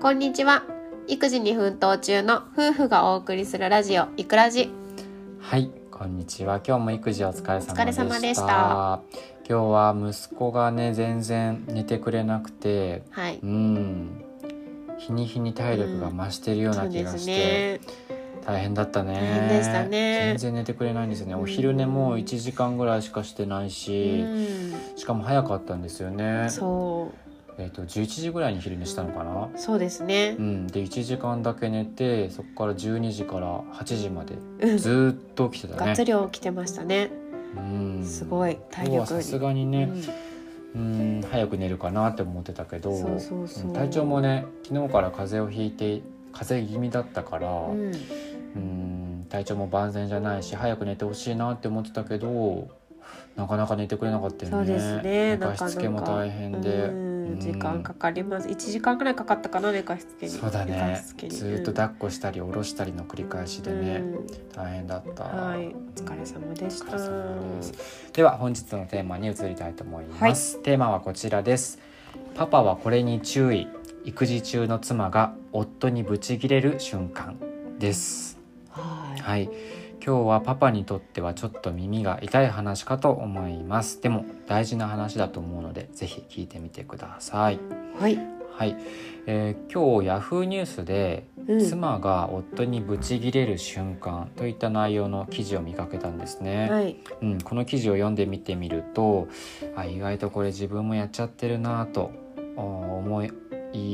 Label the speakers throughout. Speaker 1: こんにちは育児に奮闘中の夫婦がお送りするラジオいくらじ
Speaker 2: はい、こんにちは。今日も育児お疲れ様でした。
Speaker 1: お疲れ様でした
Speaker 2: 今日は息子がね、全然寝てくれなくて、
Speaker 1: はい
Speaker 2: うん、日に日に体力が増してるよう
Speaker 1: そ
Speaker 2: な
Speaker 1: う
Speaker 2: 気
Speaker 1: で
Speaker 2: が
Speaker 1: す
Speaker 2: して、
Speaker 1: ね
Speaker 2: 大変だったね。
Speaker 1: 大変でしたね
Speaker 2: 全然寝てくれないんですよね。
Speaker 1: うん
Speaker 2: お昼寝も1時間ぐらいしかしてないうし、
Speaker 1: ん
Speaker 2: しかも早かったんですよね。
Speaker 1: そ
Speaker 2: えっ、と11時ぐらいに昼寝したのかな。
Speaker 1: うそうですね
Speaker 2: うん、で1時間だけ寝てそこから12時から8時まで
Speaker 1: うん
Speaker 2: ずーっと起きてた
Speaker 1: が
Speaker 2: ね
Speaker 1: っつり起きてましたね
Speaker 2: うん
Speaker 1: すごい体力
Speaker 2: 今日はさすがに
Speaker 1: う
Speaker 2: ね
Speaker 1: ん
Speaker 2: うん早く寝るかなって思ってたけど
Speaker 1: そうそうそう
Speaker 2: うん体調もね昨日から風邪をひいて風邪気味だったから、
Speaker 1: う
Speaker 2: うん、
Speaker 1: ん
Speaker 2: 体調も万全じゃないし早く寝てほしいなって思ってたけどなかなか寝てくれなかったよね
Speaker 1: そうですね
Speaker 2: 寝かしつけも大変で
Speaker 1: うん時間か
Speaker 2: か
Speaker 1: かります一時間ぐらいかかったかな寝かしつけに
Speaker 2: そうだ
Speaker 1: 寝か
Speaker 2: ね
Speaker 1: しつけに
Speaker 2: ずーっと抱っこしたり下ろしたりの繰り返しでね、
Speaker 1: うん
Speaker 2: 大変だった。
Speaker 1: はいお疲れ様でした
Speaker 2: お疲れ様ですでは本日のテーマに移りたいと思います、テーマはこちらですパパはこれに注意育児中の妻が夫にブチギレる瞬間です
Speaker 1: はい
Speaker 2: はい今日はパパにとってはちょっと耳が痛い話かと思いますでも大事な話だと思うのでぜひ聞いてみてください
Speaker 1: はい、
Speaker 2: はい、えー今日ヤフーニュースで
Speaker 1: うん
Speaker 2: 妻が夫にブチギレる瞬間といった内容の記事を見かけたんですね、
Speaker 1: はい、
Speaker 2: うん、この記事を読んでみてみるとあ意外とこれ自分もやっちゃってるなぁとあ思い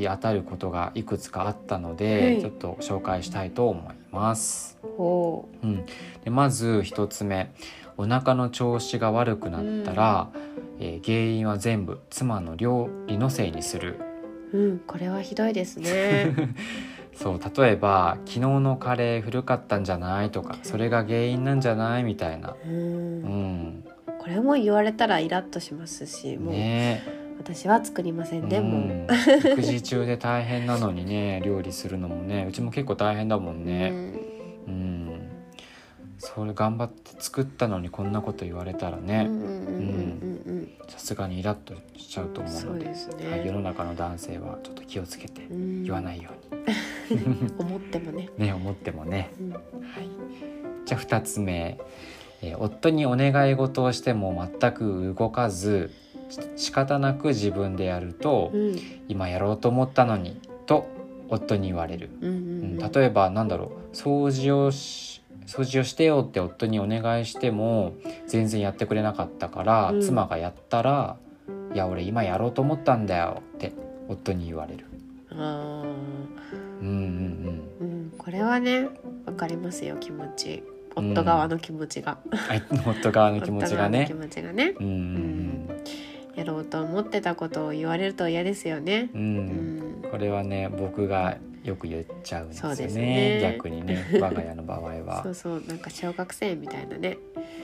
Speaker 2: 当たることがいくつかあったので、
Speaker 1: はい
Speaker 2: ちょっと紹介したいと思います。
Speaker 1: お
Speaker 2: うん、でまず一つ目お腹の調子が悪くなったら、えー原因は全部妻の料理のせいにする。
Speaker 1: ーうん、これはひどいですね。
Speaker 2: そう例えば「昨日のカレー古かったんじゃない?」とか「それが原因なんじゃない?」みたいな。
Speaker 1: う、
Speaker 2: うんん、
Speaker 1: これも言われたらイラッとしますし、もう、
Speaker 2: ねえ
Speaker 1: 私は作りませんね、も
Speaker 2: う
Speaker 1: う。
Speaker 2: ん育児中で大変なのにね 料理するのもねうちも結構大変だもんねうん、それ頑張って作ったのにこんなこと言われたら
Speaker 1: うん、うん、
Speaker 2: ね
Speaker 1: うん、うん、
Speaker 2: さすがにイラッとしちゃうと
Speaker 1: うん、
Speaker 2: 思う
Speaker 1: そ
Speaker 2: の
Speaker 1: う
Speaker 2: で
Speaker 1: です
Speaker 2: はい
Speaker 1: ね。
Speaker 2: 世の中の男性はちょっと気をつけて
Speaker 1: 言。
Speaker 2: 言わないいように、
Speaker 1: 思ってもね。
Speaker 2: ね思ってもね、
Speaker 1: うん
Speaker 2: はい、じゃあ2つ目、えー夫にお願い事をしても全く動かずし仕方なく自分でやると、
Speaker 1: うん、
Speaker 2: 今やろうと思ったのにと夫に言われる、
Speaker 1: うん、
Speaker 2: う
Speaker 1: うんん、
Speaker 2: 例えばなんだろう掃除をし掃除をしてよって夫にお願いしても全然やってくれなかったから、
Speaker 1: うん
Speaker 2: 妻がやったら「いや俺今やろうと思ったんだよ」って夫に言われる。
Speaker 1: あ
Speaker 2: う んうん
Speaker 1: ーうん、これはね、わかりますよ、気持ち。夫側の気持ちが。
Speaker 2: うん、はい夫側の気持ちが
Speaker 1: 夫側。の
Speaker 2: ね
Speaker 1: 気持ちがね。
Speaker 2: うんうん
Speaker 1: やろうと思ってたことを言われると嫌ですよね。
Speaker 2: う、
Speaker 1: うんん
Speaker 2: うん、これはね僕がよく言っちゃうんですよ
Speaker 1: そうで
Speaker 2: ね
Speaker 1: すね
Speaker 2: 逆にね我が家の場合は
Speaker 1: そう。そうなんか小学生みたいなね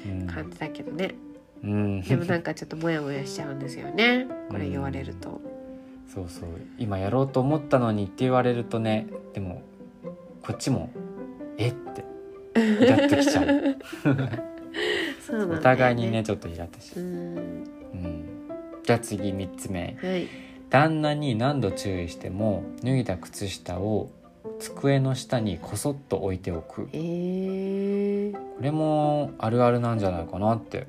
Speaker 2: うん
Speaker 1: 感じだけどね、
Speaker 2: うん
Speaker 1: でもなんかちょっとモヤモヤしちゃうんですよねこれ言われると、
Speaker 2: そうそう今やろうと思ったのにって言われるとねでもこっちもえってイラッと きちゃう
Speaker 1: そうなんだよ
Speaker 2: お互いにねちょっとイラッとしち
Speaker 1: う
Speaker 2: ゃう、
Speaker 1: ん
Speaker 2: うん、じゃあ次3つ目
Speaker 1: はい
Speaker 2: 旦那に何度注意しても脱いだ靴下を机の下にこそっと置いておくこ
Speaker 1: えー、
Speaker 2: れもあるあるなんじゃないかなって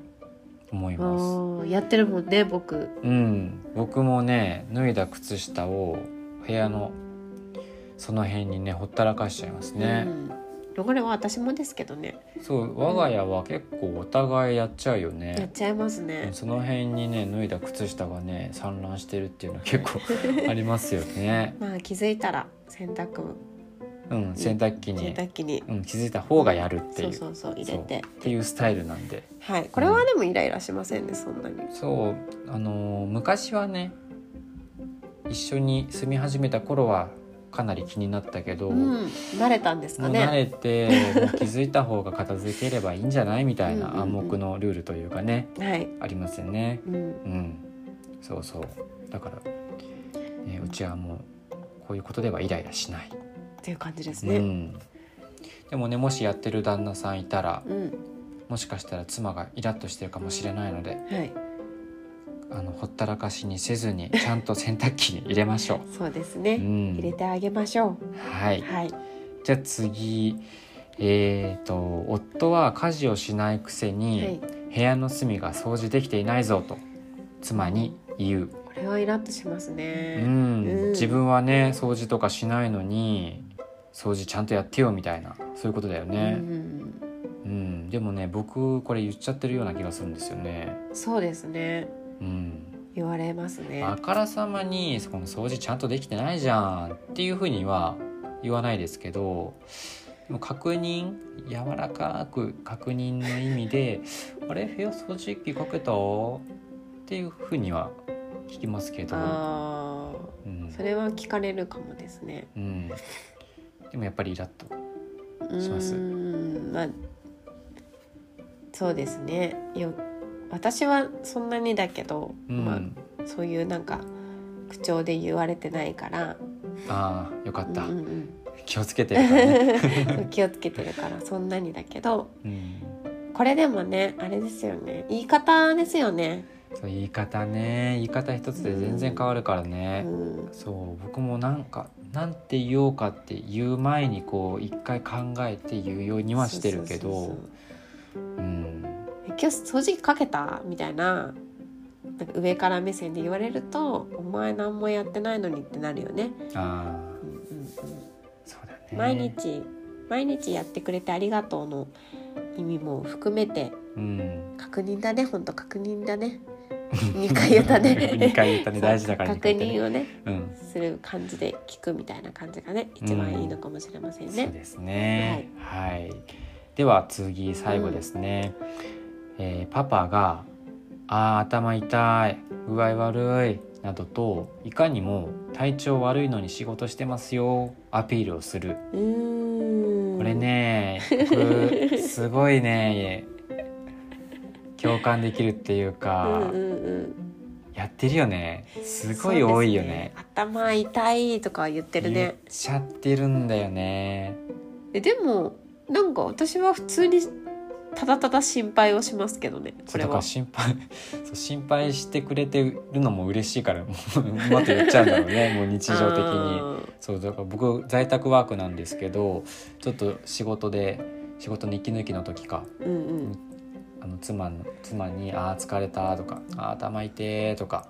Speaker 2: 思い
Speaker 1: あ
Speaker 2: ます
Speaker 1: ーやってるもんね僕
Speaker 2: うん僕もね脱いだ靴下を部屋のその辺にねほったらかしちゃいますね、
Speaker 1: うん、これは私もですけどね
Speaker 2: そう我が家は結構お互いやっちゃうよ
Speaker 1: やっ
Speaker 2: ね、
Speaker 1: ちゃいますね
Speaker 2: その辺にね脱いだ靴下がね散乱してるっていうの は結構ありますよね
Speaker 1: まあ気づいたら洗濯
Speaker 2: うん洗濯機
Speaker 1: 洗
Speaker 2: に、
Speaker 1: 濯機に
Speaker 2: うん、気づいた方がやるってい
Speaker 1: そううそうそう入れて
Speaker 2: そうっていうスタイルなんで
Speaker 1: はいこれはでもイライラしませんねそんなに
Speaker 2: そうあのー昔はね一緒に住み始めた頃はかなり気になったけど、も
Speaker 1: うん慣れたんです
Speaker 2: う
Speaker 1: か
Speaker 2: 慣
Speaker 1: ね
Speaker 2: れて、もう気づいた方が片付ければいいんじゃないみたいな暗黙のルールというかね、
Speaker 1: はい
Speaker 2: ありますよね。
Speaker 1: うん
Speaker 2: うん、そうそうだから、ね、うちはもうこういうことではイライラしない、
Speaker 1: っていう感じです
Speaker 2: う
Speaker 1: ね。
Speaker 2: ん、でもねもしやってる旦那さんいたら
Speaker 1: うん、
Speaker 2: もしかしたら妻がイラッとしてるかもしれないので
Speaker 1: はい。
Speaker 2: あのほったらかしにせずにちゃんと洗濯機に入れましょ
Speaker 1: そうです
Speaker 2: う。う
Speaker 1: ね、
Speaker 2: ん
Speaker 1: 入れてあげましょ
Speaker 2: は
Speaker 1: う
Speaker 2: い、
Speaker 1: はい
Speaker 2: じゃあ次えー、と夫は家事をしないくせ
Speaker 1: は
Speaker 2: に
Speaker 1: い
Speaker 2: 部屋の隅が掃除できていないぞと妻に言う、
Speaker 1: これはイラッとします
Speaker 2: う
Speaker 1: ね、う
Speaker 2: ん
Speaker 1: ん
Speaker 2: 自分はね掃除とかしないのに掃除ちゃんとやってよみたいなそういうことだよ
Speaker 1: う
Speaker 2: ね、
Speaker 1: ん
Speaker 2: うん、でもね僕これ言っちゃってるような気がするんですよね、
Speaker 1: そうですね
Speaker 2: うん、
Speaker 1: 言われますね
Speaker 2: あからさまにそこの掃除ちゃんとできてないじゃんっていうふうには言わないですけどでも確認柔らかく確認の意 味で「あれ部屋掃除機かけた?」っていうふうには聞きますけど、
Speaker 1: あ
Speaker 2: う
Speaker 1: ー
Speaker 2: ん
Speaker 1: それは聞かれるかもですね
Speaker 2: うん、でもやっぱりイラッと。します
Speaker 1: うーんまあそうですねよ私はそんなにだけど、
Speaker 2: うん
Speaker 1: まあ、そういうなんか口調で言われてないから、
Speaker 2: ああよかった、
Speaker 1: うんうん
Speaker 2: 気をつけてるから ね。
Speaker 1: うん気をつけてるからそんなにだけど
Speaker 2: うん
Speaker 1: これでもねあれですよね言い方ですよね。
Speaker 2: そう言い方ね言い方一つで全然変わるから
Speaker 1: う
Speaker 2: ね。
Speaker 1: ん
Speaker 2: そう僕もなんかなんて言おうかって言う前にこう一回考えて言うようにはしてる
Speaker 1: そ
Speaker 2: け
Speaker 1: うそう
Speaker 2: ど
Speaker 1: そう
Speaker 2: うん
Speaker 1: え今日掃除機かけたみたいななんか上から目線で言われると「お前何もやってないのに」ってなるよね。
Speaker 2: あ
Speaker 1: うんうんうん
Speaker 2: あそうだね
Speaker 1: 毎日毎日やってくれてありがとうの意味も含めて
Speaker 2: うん
Speaker 1: 確認だね本当確認だ ね二回言ったね
Speaker 2: 二回言った
Speaker 1: そ
Speaker 2: ね
Speaker 1: う
Speaker 2: 大事だから二
Speaker 1: 確
Speaker 2: 回言っ
Speaker 1: 認をね
Speaker 2: たねうん
Speaker 1: する感じで聞くみたいな感じがね一番いいのかもしれません
Speaker 2: そう
Speaker 1: ね。
Speaker 2: ですねはいでは次最後ですねえーパパが「あー頭痛い具合悪い」などといかにも体調悪いのに仕事してますよアピールをする
Speaker 1: うーん
Speaker 2: これね僕すごいね共感できるっていう
Speaker 1: うん
Speaker 2: か、
Speaker 1: うんうん
Speaker 2: やってるよねすごい多いよね
Speaker 1: そうです頭痛いとか言ってる
Speaker 2: 言っ
Speaker 1: ね
Speaker 2: ちゃってるんだよね
Speaker 1: えでもなんか私は普通にただただ心配をしますけどね
Speaker 2: そ
Speaker 1: こ
Speaker 2: う
Speaker 1: れ
Speaker 2: だから
Speaker 1: は
Speaker 2: 心配 そう心配してくれてるのも嬉しいからもううまく言っちゃうんだろ うねもう日常的に。
Speaker 1: に
Speaker 2: そうだから僕在宅ワークなんですけどちょっと仕事で仕事の息抜きの時か
Speaker 1: うんうん
Speaker 2: あの妻の妻に「ああ疲れた」とか「あー頭痛い」とか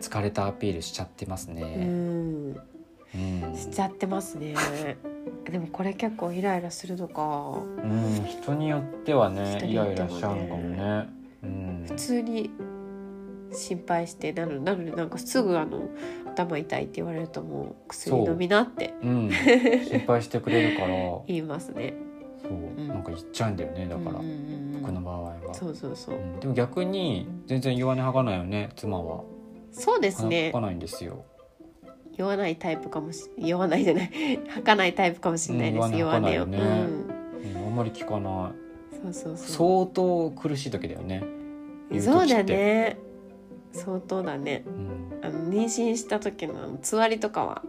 Speaker 2: 疲れたアピールしちゃってます
Speaker 1: う
Speaker 2: ね。
Speaker 1: ん
Speaker 2: うん、
Speaker 1: しちゃってますね。 でもこれ結構イライラするのか。
Speaker 2: うん、人によってはね
Speaker 1: 人に
Speaker 2: イ
Speaker 1: よって
Speaker 2: ラ
Speaker 1: は
Speaker 2: イラ
Speaker 1: ね
Speaker 2: しちゃうのかもね。うん
Speaker 1: 普、通に心配してなのなのでなんかすぐあの頭痛いって言われるともう薬飲みなって
Speaker 2: うん、心配してくれるから
Speaker 1: 言いますね。
Speaker 2: そう
Speaker 1: うん
Speaker 2: なんか言っちゃうんだよねだから、
Speaker 1: うんうんうんうん
Speaker 2: 僕の場合は。
Speaker 1: そうそうそうう。
Speaker 2: んでも逆に全然弱音吐かないよね妻は
Speaker 1: そうです
Speaker 2: 吐
Speaker 1: ね
Speaker 2: か。ないんですよ、
Speaker 1: 酔わないタイプかもし酔わないじゃ ない吐かないタイプかもしれないで
Speaker 2: うん
Speaker 1: す。
Speaker 2: 酔
Speaker 1: 酔
Speaker 2: わ
Speaker 1: わ
Speaker 2: な
Speaker 1: ないい
Speaker 2: よ
Speaker 1: よ。
Speaker 2: ね
Speaker 1: うん
Speaker 2: うん、あんまり聞かない
Speaker 1: そうそうそう。
Speaker 2: 相当苦しい時だよね言う時って
Speaker 1: そうだね。相当だね。
Speaker 2: うん
Speaker 1: あの妊娠した時のあのつわりとかは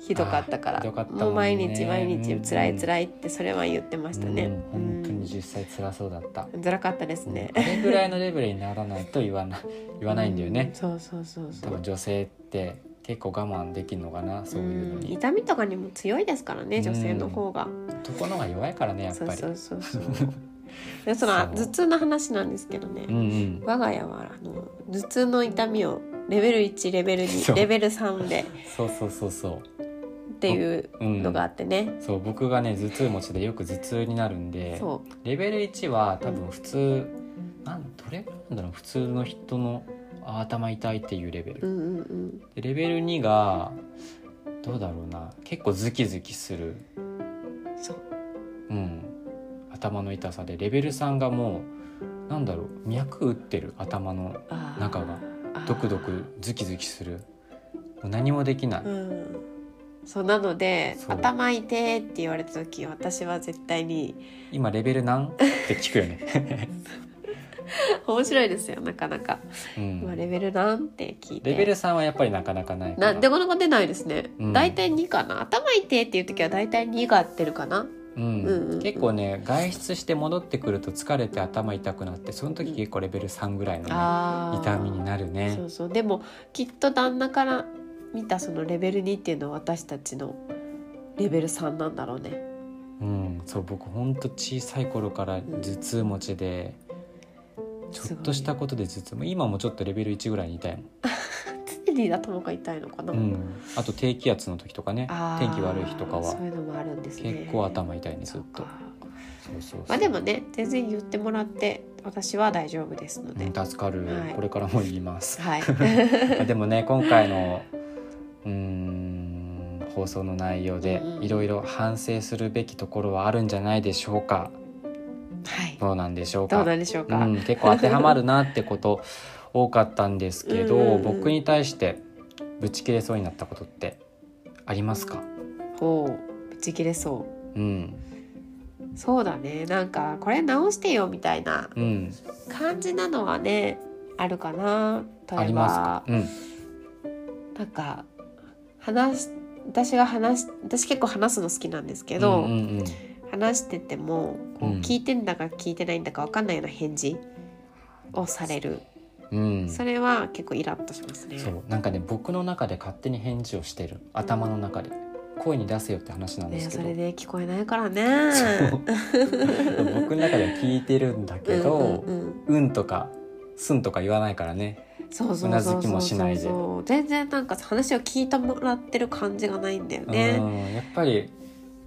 Speaker 1: ひどかったから
Speaker 2: あーひどかったもんね
Speaker 1: もう毎日毎日
Speaker 2: うん
Speaker 1: 辛い辛いってそれは言ってましたね、
Speaker 2: うん、本当
Speaker 1: うん
Speaker 2: に実際辛そうだった、
Speaker 1: 辛かったですね
Speaker 2: あれぐらいのレベルにならないと言 わない言わないんだよ
Speaker 1: う
Speaker 2: ね、
Speaker 1: そうそうそうそ
Speaker 2: 多分
Speaker 1: う
Speaker 2: 女性って結構我慢できるのかなそういうの
Speaker 1: うん
Speaker 2: に、
Speaker 1: 痛みとかにも強いですから
Speaker 2: う
Speaker 1: ね
Speaker 2: ん
Speaker 1: 女性の方が
Speaker 2: ところが弱いからねやっ
Speaker 1: そ
Speaker 2: ぱ
Speaker 1: う
Speaker 2: り
Speaker 1: そううそうそう でその
Speaker 2: そう
Speaker 1: 頭痛の話なんですけどね、
Speaker 2: んうん
Speaker 1: 我が家はあの頭痛の痛みをレベル1レベル
Speaker 2: そう
Speaker 1: 2レベル3で
Speaker 2: そうそうそうそ
Speaker 1: っていう
Speaker 2: ううん
Speaker 1: のがあってね、
Speaker 2: そう僕がね頭痛持ちでよく頭痛になるんで
Speaker 1: そ
Speaker 2: レベル1は多分普通、なんどれぐらいなんだろう普通の人のあ頭痛いっていうレベル
Speaker 1: ううんうんうん
Speaker 2: でレベル2がどうだろうな結構ズキズキする、
Speaker 1: そう
Speaker 2: うん、頭の痛さでレベル3がもうなんだろう脈打ってる頭の
Speaker 1: あー
Speaker 2: 中が
Speaker 1: あー
Speaker 2: ドクドクズキズキするもう何もできない、
Speaker 1: うんそうなので「
Speaker 2: そう
Speaker 1: 頭痛い」って言われた時私は絶対に
Speaker 2: 今レベル何って聞くよね、
Speaker 1: 面白いですよなかなか「
Speaker 2: うん、
Speaker 1: 今レ
Speaker 2: レ
Speaker 1: ベルなん?」って聞いて
Speaker 2: ベル3はやっぱりなかなかないか
Speaker 1: な
Speaker 2: ら
Speaker 1: なかなか出ないですね、
Speaker 2: うん
Speaker 1: 大体2かな頭痛いっていう時は大体2が合ってるかな
Speaker 2: うん
Speaker 1: うんうん
Speaker 2: 結構ね外出して戻ってくると疲れて頭痛くなってその時結構レベル3ぐらいの、ね
Speaker 1: あー
Speaker 2: 痛みになるね
Speaker 1: そうそうでもきっと旦那から見たそのレベル2っていうのは私たちのレベル3なんだろうね
Speaker 2: うん、そう僕ほんと小さい頃から頭痛持ちで、ちょっとしたことで頭痛もう今もちょっとレベル1ぐらいに痛いもん
Speaker 1: 常に頭が痛いのかな、
Speaker 2: うん、あと低気圧の時とかね
Speaker 1: あー
Speaker 2: 天気悪い日とかは
Speaker 1: そういうのもあるんですね
Speaker 2: 結構頭痛いねずっ
Speaker 1: そ
Speaker 2: と
Speaker 1: うか
Speaker 2: そうそうそう
Speaker 1: まあでもね全然言ってもらって私は大丈夫ですので、
Speaker 2: うん助かる、
Speaker 1: はい
Speaker 2: これからも言います
Speaker 1: はい
Speaker 2: でもね今回のうーん放送の内容で
Speaker 1: うんうん
Speaker 2: いろいろ反省するべきところはあるんじゃないでしょうか
Speaker 1: はい
Speaker 2: どうなんでしょうか
Speaker 1: どうなんでしょうか、
Speaker 2: うん、結構当てはまるなってこと多かったんですけど、
Speaker 1: うんうんうん
Speaker 2: 僕に対してぶち切れそうになったことってありますか、
Speaker 1: ほうぶち切れそ
Speaker 2: うん
Speaker 1: うそうだねなんかこれ直してよみたいな
Speaker 2: うん、
Speaker 1: 感じなのはねあるかな例えば
Speaker 2: ありますか、うん
Speaker 1: なんか話し私が話し私結構話すの好きなんですけど、
Speaker 2: うんうんうん
Speaker 1: 話しててもこう
Speaker 2: うん
Speaker 1: 聞いてんだか聞いてないんだか分かんないような返事をされる、
Speaker 2: うん、
Speaker 1: それは結構イラッとしますね。
Speaker 2: そうなんかね僕の中で勝手に返事をしてる頭の中で声に出せよって話なんで
Speaker 1: ね、
Speaker 2: すけ
Speaker 1: そ
Speaker 2: ど、
Speaker 1: れで聞こえないからね。
Speaker 2: そう僕の中では聞いてるんだけど「
Speaker 1: う
Speaker 2: う
Speaker 1: んんうんうん
Speaker 2: とか「すん」とか言わないからね
Speaker 1: そうそう
Speaker 2: う
Speaker 1: そ
Speaker 2: な
Speaker 1: う
Speaker 2: ず
Speaker 1: そう
Speaker 2: きもしないで
Speaker 1: そう全然なんか話を聞いてもらってる感じがないんだよ
Speaker 2: う
Speaker 1: ね。
Speaker 2: んやっぱり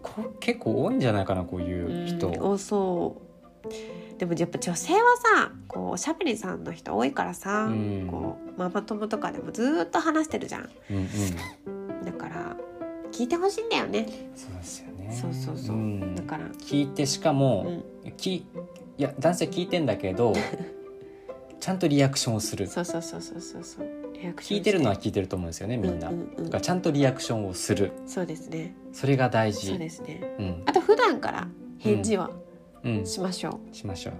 Speaker 2: こ結構多いんじゃないかなこういう人、
Speaker 1: うん多そうでもやっぱ女性はさこうおしゃべりさんの人多いからさ、
Speaker 2: うん
Speaker 1: こうママ友とかでもずーっと話してるじゃん
Speaker 2: うんうん
Speaker 1: だから聞いてほしいんだよね
Speaker 2: そうですよね
Speaker 1: そうそうそう、
Speaker 2: ん
Speaker 1: だから
Speaker 2: 聞いてしか
Speaker 1: う
Speaker 2: も、
Speaker 1: ん
Speaker 2: きいや男性聞いてんだけどちゃんとリアクションをする
Speaker 1: そうそうそうそうそうそうリアクショ
Speaker 2: 聞
Speaker 1: ン
Speaker 2: いてるのは聞いてると思うんですよねみんな、
Speaker 1: ううう
Speaker 2: だからちゃんとリアクションをする
Speaker 1: そうですね
Speaker 2: それが大
Speaker 1: そう
Speaker 2: 事
Speaker 1: ですね
Speaker 2: うん
Speaker 1: あと普段から返事は
Speaker 2: うん
Speaker 1: しましょう、
Speaker 2: しましょう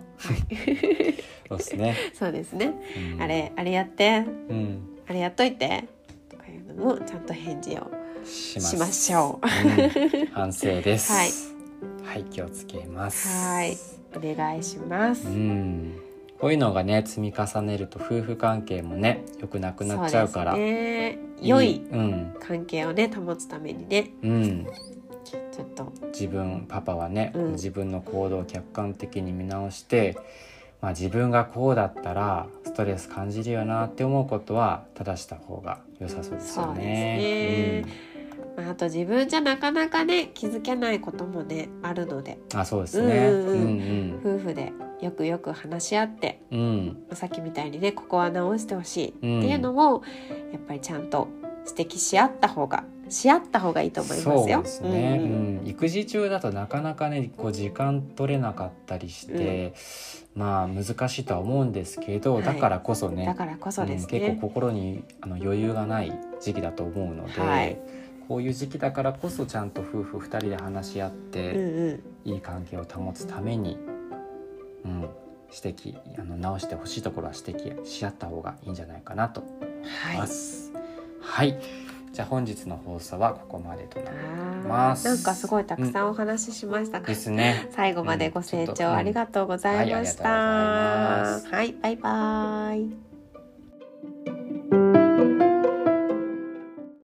Speaker 2: そうですね、
Speaker 1: そうですね、
Speaker 2: うん
Speaker 1: あれあれやって
Speaker 2: うん
Speaker 1: あれやっといてとかいうのもちゃんと返事を
Speaker 2: します
Speaker 1: しましょう
Speaker 2: うん反省です
Speaker 1: はい
Speaker 2: はい気をつけます
Speaker 1: はいお願いします、
Speaker 2: うんこういうのがね積み重ねると夫婦関係もね良くなくなっちゃうから
Speaker 1: そうですね良い
Speaker 2: うん
Speaker 1: 関係をね保つためにね
Speaker 2: うん
Speaker 1: ちょっと
Speaker 2: 自分パパはね、
Speaker 1: うん
Speaker 2: 自分の行動を客観的に見直して、まあ、自分がこうだったらストレス感じるよなって思うことは正した方が良さそうです
Speaker 1: そ
Speaker 2: よね。
Speaker 1: うですまあ、あと自分じゃなかなかね気づけないこともねあるので
Speaker 2: うん、あそうですね。
Speaker 1: う
Speaker 2: うんん
Speaker 1: う
Speaker 2: うんん
Speaker 1: 夫婦でよくよく話し合って
Speaker 2: うん
Speaker 1: さっきみたいにねここは直してほしいって
Speaker 2: うん
Speaker 1: いうのを、やっぱりちゃんと指摘し合った方がし合った方がいいと思いますよ。
Speaker 2: そうですね、
Speaker 1: う
Speaker 2: うん
Speaker 1: うん
Speaker 2: ん育児中だとなかなかねこう時間取れなかったりして、まあ難しいとは思うんですけど、
Speaker 1: はい
Speaker 2: だからこそね
Speaker 1: だからこそです
Speaker 2: うん、結
Speaker 1: ね
Speaker 2: 構。心にあの余裕がない時期だと思うので、
Speaker 1: はい
Speaker 2: こういう時期だからこそちゃんと夫婦2人で話し合って、
Speaker 1: うんうん、
Speaker 2: いい関係を保つために、うん、指摘あの直してほしいところは指摘し合った方がいいんじゃないかなと思い
Speaker 1: は
Speaker 2: ま
Speaker 1: い。
Speaker 2: す。はい、じゃあ本日の放送はここまでとなり
Speaker 1: あ
Speaker 2: ま
Speaker 1: ー
Speaker 2: す
Speaker 1: なんかすごいたくさんお話ししましたが、
Speaker 2: ですね。
Speaker 1: 最後までご清聴ありがとうございました。
Speaker 2: うんちょっとうんはいありがとうござい
Speaker 1: はい、バイバイ。